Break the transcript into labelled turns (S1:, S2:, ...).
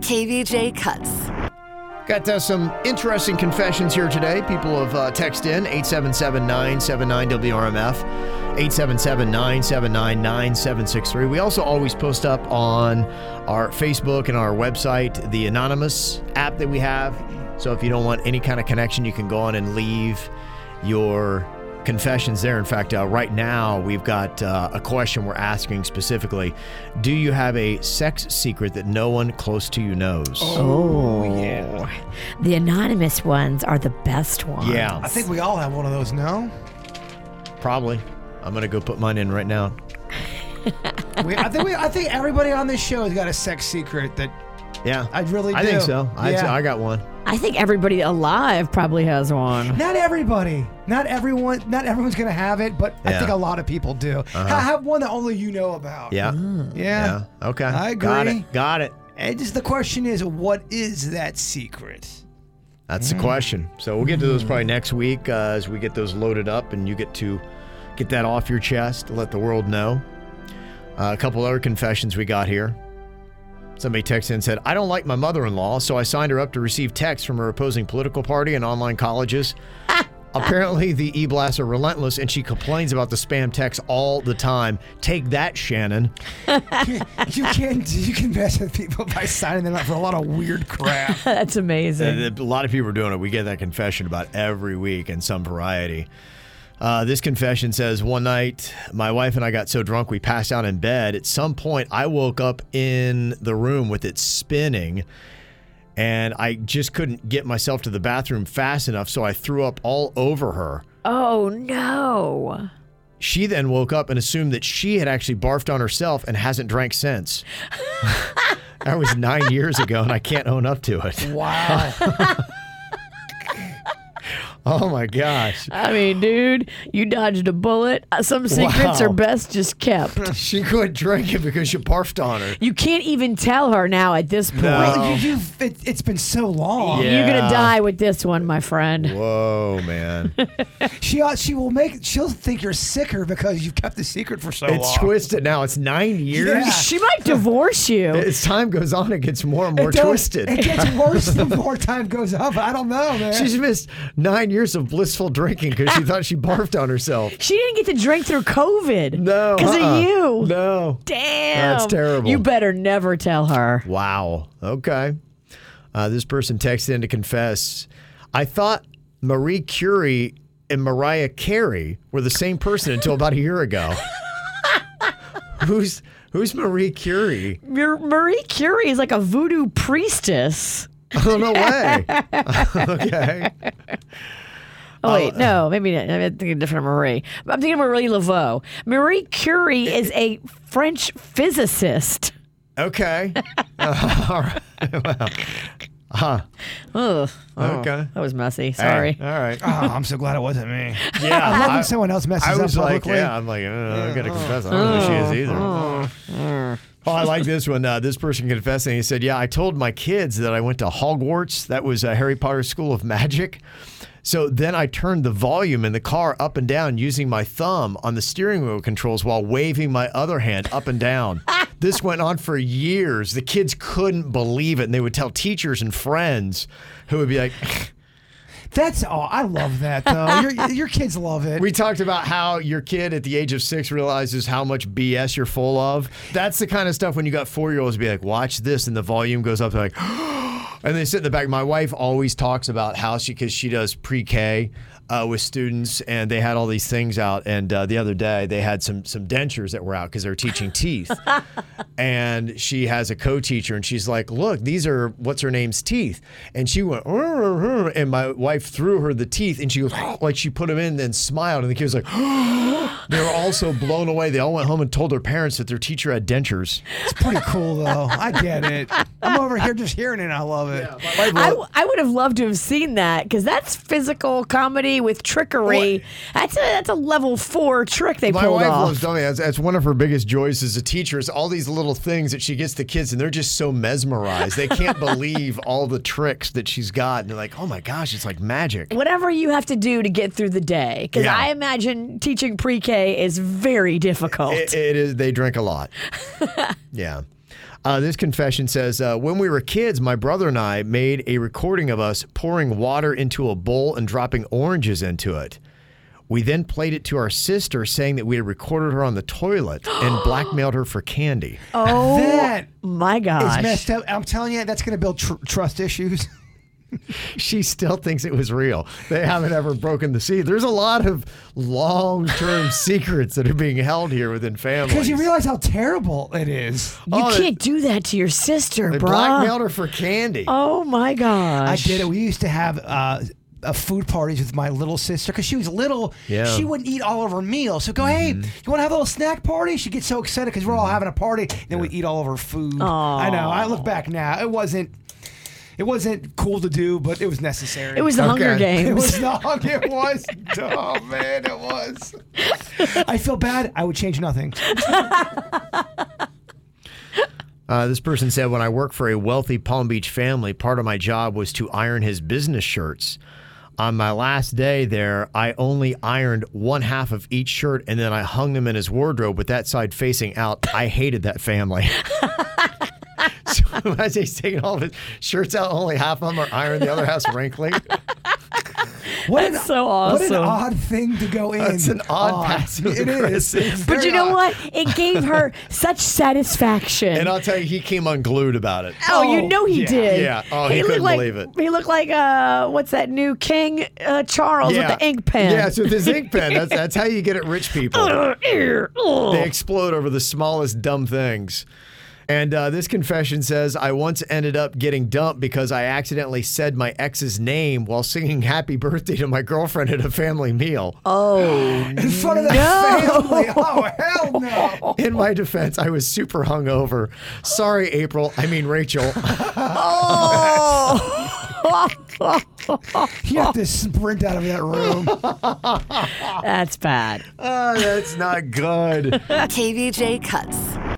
S1: KVJ Cuts.
S2: Got uh, some interesting confessions here today. People have uh, texted in 877 979 WRMF, 877 979 9763. We also always post up on our Facebook and our website the anonymous app that we have. So if you don't want any kind of connection, you can go on and leave your confessions there. In fact, uh, right now we've got uh, a question we're asking specifically Do you have a sex secret that no one close to you knows?
S3: Oh, The anonymous ones are the best ones.
S2: Yeah.
S4: I think we all have one of those, no?
S2: Probably. I'm gonna go put mine in right now.
S4: We, I think we, I think everybody on this show has got a sex secret that
S2: Yeah,
S4: I really
S2: I think
S4: do.
S2: so. I,
S4: Yeah.
S2: I got one.
S3: I think everybody alive probably has one.
S4: not everybody, not everyone, not everyone's gonna have it, but I
S2: Yeah. Uh-huh.
S4: think a lot of people do. I have one that only you know about.
S2: Yeah.
S4: yeah.
S2: Yeah. Okay.
S4: Mm. I
S2: Got
S4: agree.
S2: it. Got it.
S4: And just the question is, what is that secret?
S2: That's the question. So we'll get to those probably next week uh, as we get those loaded up and you get to get that off your chest, let the world know. Uh, a couple other confessions we got here. Somebody texted in and said, I don't like my mother in law, so I signed her up to receive texts from her opposing political party and online colleges. Apparently, the e blasts are relentless and she complains about the spam texts all the time. Take that, Shannon.
S4: you can you can mess with people by signing them up for a lot of weird crap.
S3: That's amazing.
S2: Uh, A lot of people are doing it. We get that confession about every week in some variety. Uh, this confession says one night my wife and I got so drunk we passed out in bed. At some point, I woke up in the room with it spinning, and I just couldn't get myself to the bathroom fast enough, so I threw up all over her.
S3: oh no.
S2: She then woke up and assumed that she had actually barfed on herself and hasn't drank since. that was nine years ago, and I can't own up to it.
S4: Wow.
S2: Oh my gosh.
S3: I mean, dude, you dodged a bullet. Uh, Some secrets
S2: Wow.
S3: are best just kept.
S2: She couldn't drink it because you barfed on her.
S3: you can't even tell her now at this point.
S2: No.
S4: Well, you, you've, it, it's been so long.
S3: You're
S2: Oh. Yeah.
S3: gonna die with this one, my friend.
S2: Whoa, man.
S4: She ought- she will make she'll think you're sicker because you've kept the secret for so
S2: it's
S4: long.
S2: twisted now. It's nine years.
S4: Yeah.
S3: She might divorce you.
S2: As time goes on, it gets more and more
S4: It does-
S2: twisted.
S4: It gets worse the more time goes up. I don't know, man.
S2: She's missed nine years of blissful drinking because she thought she barfed on herself.
S3: She didn't get to drink through COVID.
S2: No.
S3: Because
S2: uh-uh.
S3: of you.
S2: No.
S3: Damn.
S2: That's terrible.
S3: You better never tell her.
S2: Wow. Okay. Uh, this person texted in to confess. I thought Marie Curie and Mariah Carey were the same person until about a year ago. who's who's Marie Curie?
S3: Mar- Marie Curie is like a voodoo priestess.
S2: Oh no way. okay.
S3: Oh wait, no, maybe not. I'm thinking of a different Marie. I'm thinking of Marie Laveau. Marie Curie is a French physicist.
S2: Okay. Uh, all right.
S3: Ugh. Oh,
S2: Okay.
S3: that was messy. Sorry.
S2: All right.
S4: oh, I'm so glad it wasn't me.
S2: Yeah.
S4: I love
S2: I-
S4: when someone else messes
S2: I was
S4: up
S2: like,
S4: publicly.
S2: yeah, I'm like, uh, I gotta confess, I don't know who she is either. Oh, I like this one. Uh, this person confessing, he said, "Yeah, I told my kids that I went to Hogwarts. That was uh, Harry Potter School of Magic. So then I turned the volume in the car up and down using my thumb on the steering wheel controls while waving my other hand up and down. this went on for years. The kids couldn't believe it, and they would tell teachers and friends, who would be like."
S4: That's all. I love that though. your, your kids love it.
S2: We talked about how your kid at the age of six realizes how much BS you're full of. That's the kind of stuff when you got four year olds be like, watch this, and the volume goes up. They're like, and they sit in the back. My wife always talks about how she, because she does pre K uh, with students, and they had all these things out. And uh, the other day, they had some some dentures that were out because they were teaching teeth. and she has a co-teacher and she's like look these are what's her name's teeth and she went "Rrr, rrr, rrr," and my wife threw her the teeth and she goes like she put them in and then smiled and the kid was like they were all so blown away they all went home and told their parents that their teacher had dentures
S4: It's pretty cool though. I get it. I'm over here just hearing it. I love it.
S3: I, w- I would have loved to have seen that because that's physical comedy with trickery. That's a that's a level four trick they
S2: my
S3: pulled
S2: wife
S3: off.
S2: loves dummy that's, that's one of her biggest joys as a teacher is all these little things that she gets the kids and they're just so mesmerized they can't believe all the tricks that she's got and they're like oh my gosh it's like magic
S3: Whatever you have to do to get through the day, because
S2: Yeah.
S3: I imagine teaching pre-K is very difficult.
S2: It, it is. They drink a lot. yeah. Uh, this confession says uh, When we were kids, my brother and I made a recording of us pouring water into a bowl and dropping oranges into it. We then played it to our sister, saying that we had recorded her on the toilet and blackmailed her for candy.
S3: Oh
S4: That
S3: my
S4: It's
S3: gosh.
S4: messed up. I'm telling you, that's going to build tr- trust issues.
S2: She still thinks it was real. They haven't ever broken the sea. There's a lot of long term secrets that are being held here within
S4: Because
S2: families.
S4: you realize how terrible it is.
S3: you
S2: Oh, they-
S3: can't do that to your sister,
S2: they
S3: bro.
S2: blackmailed her for candy.
S3: Oh my
S4: I
S3: gosh.
S4: did it. We used to have uh, uh, food parties with my little sister because she was little.
S2: Yeah. Mm-hmm.
S4: She wouldn't eat all of her meals. So go, hey, you want to have a little snack party? She'd get so excited because we're all having a party. Then we'd eat all of her food. I know. I look back now. It wasn't. It wasn't cool to do, but it was necessary.
S3: It was the Hunger
S2: Okay.
S4: It
S3: Games.
S4: was not. It was
S2: Oh,
S4: dumb, man. It was. I feel bad. I would change nothing.
S2: Uh, this person said, when I worked for a wealthy Palm Beach family, part of my job was to iron his business shirts. On my last day there, I only ironed one half of each shirt and then I hung them in his wardrobe with that side facing out. I hated that family. so as he's taking all of his shirts out, only half of them are ironed, the other half's wrinkling.
S4: What an,
S3: so
S4: What
S3: awesome.
S4: an odd thing to go in.
S2: That's an odd passive
S4: It is.
S2: aggressive.
S4: It's
S3: but
S4: very
S3: you know
S4: odd.
S3: what? It gave her such satisfaction.
S2: And I'll tell you, he came unglued about it.
S3: Oh, you
S4: Oh,
S3: know he
S4: yeah.
S3: did.
S2: Yeah. Oh, he
S3: looked
S2: couldn't
S3: like,
S2: believe it.
S3: He looked like uh, what's that new King uh, Charles with the ink pen?
S2: Yeah, it's with his ink pen. That's, that's how you get at rich people.
S3: Ugh, ew, ugh.
S2: They explode over the smallest dumb things. And uh, this confession says, I once ended up getting dumped because I accidentally said my ex's name while singing happy birthday to my girlfriend at a family meal.
S4: in front of the family. Oh hell no!
S2: In my defense, I was super hungover. Sorry, April. I mean, Rachel.
S3: Oh.
S4: You have to sprint out of that room.
S3: That's bad.
S2: oh, that's not Ah, good.
S1: KVJ Cuts.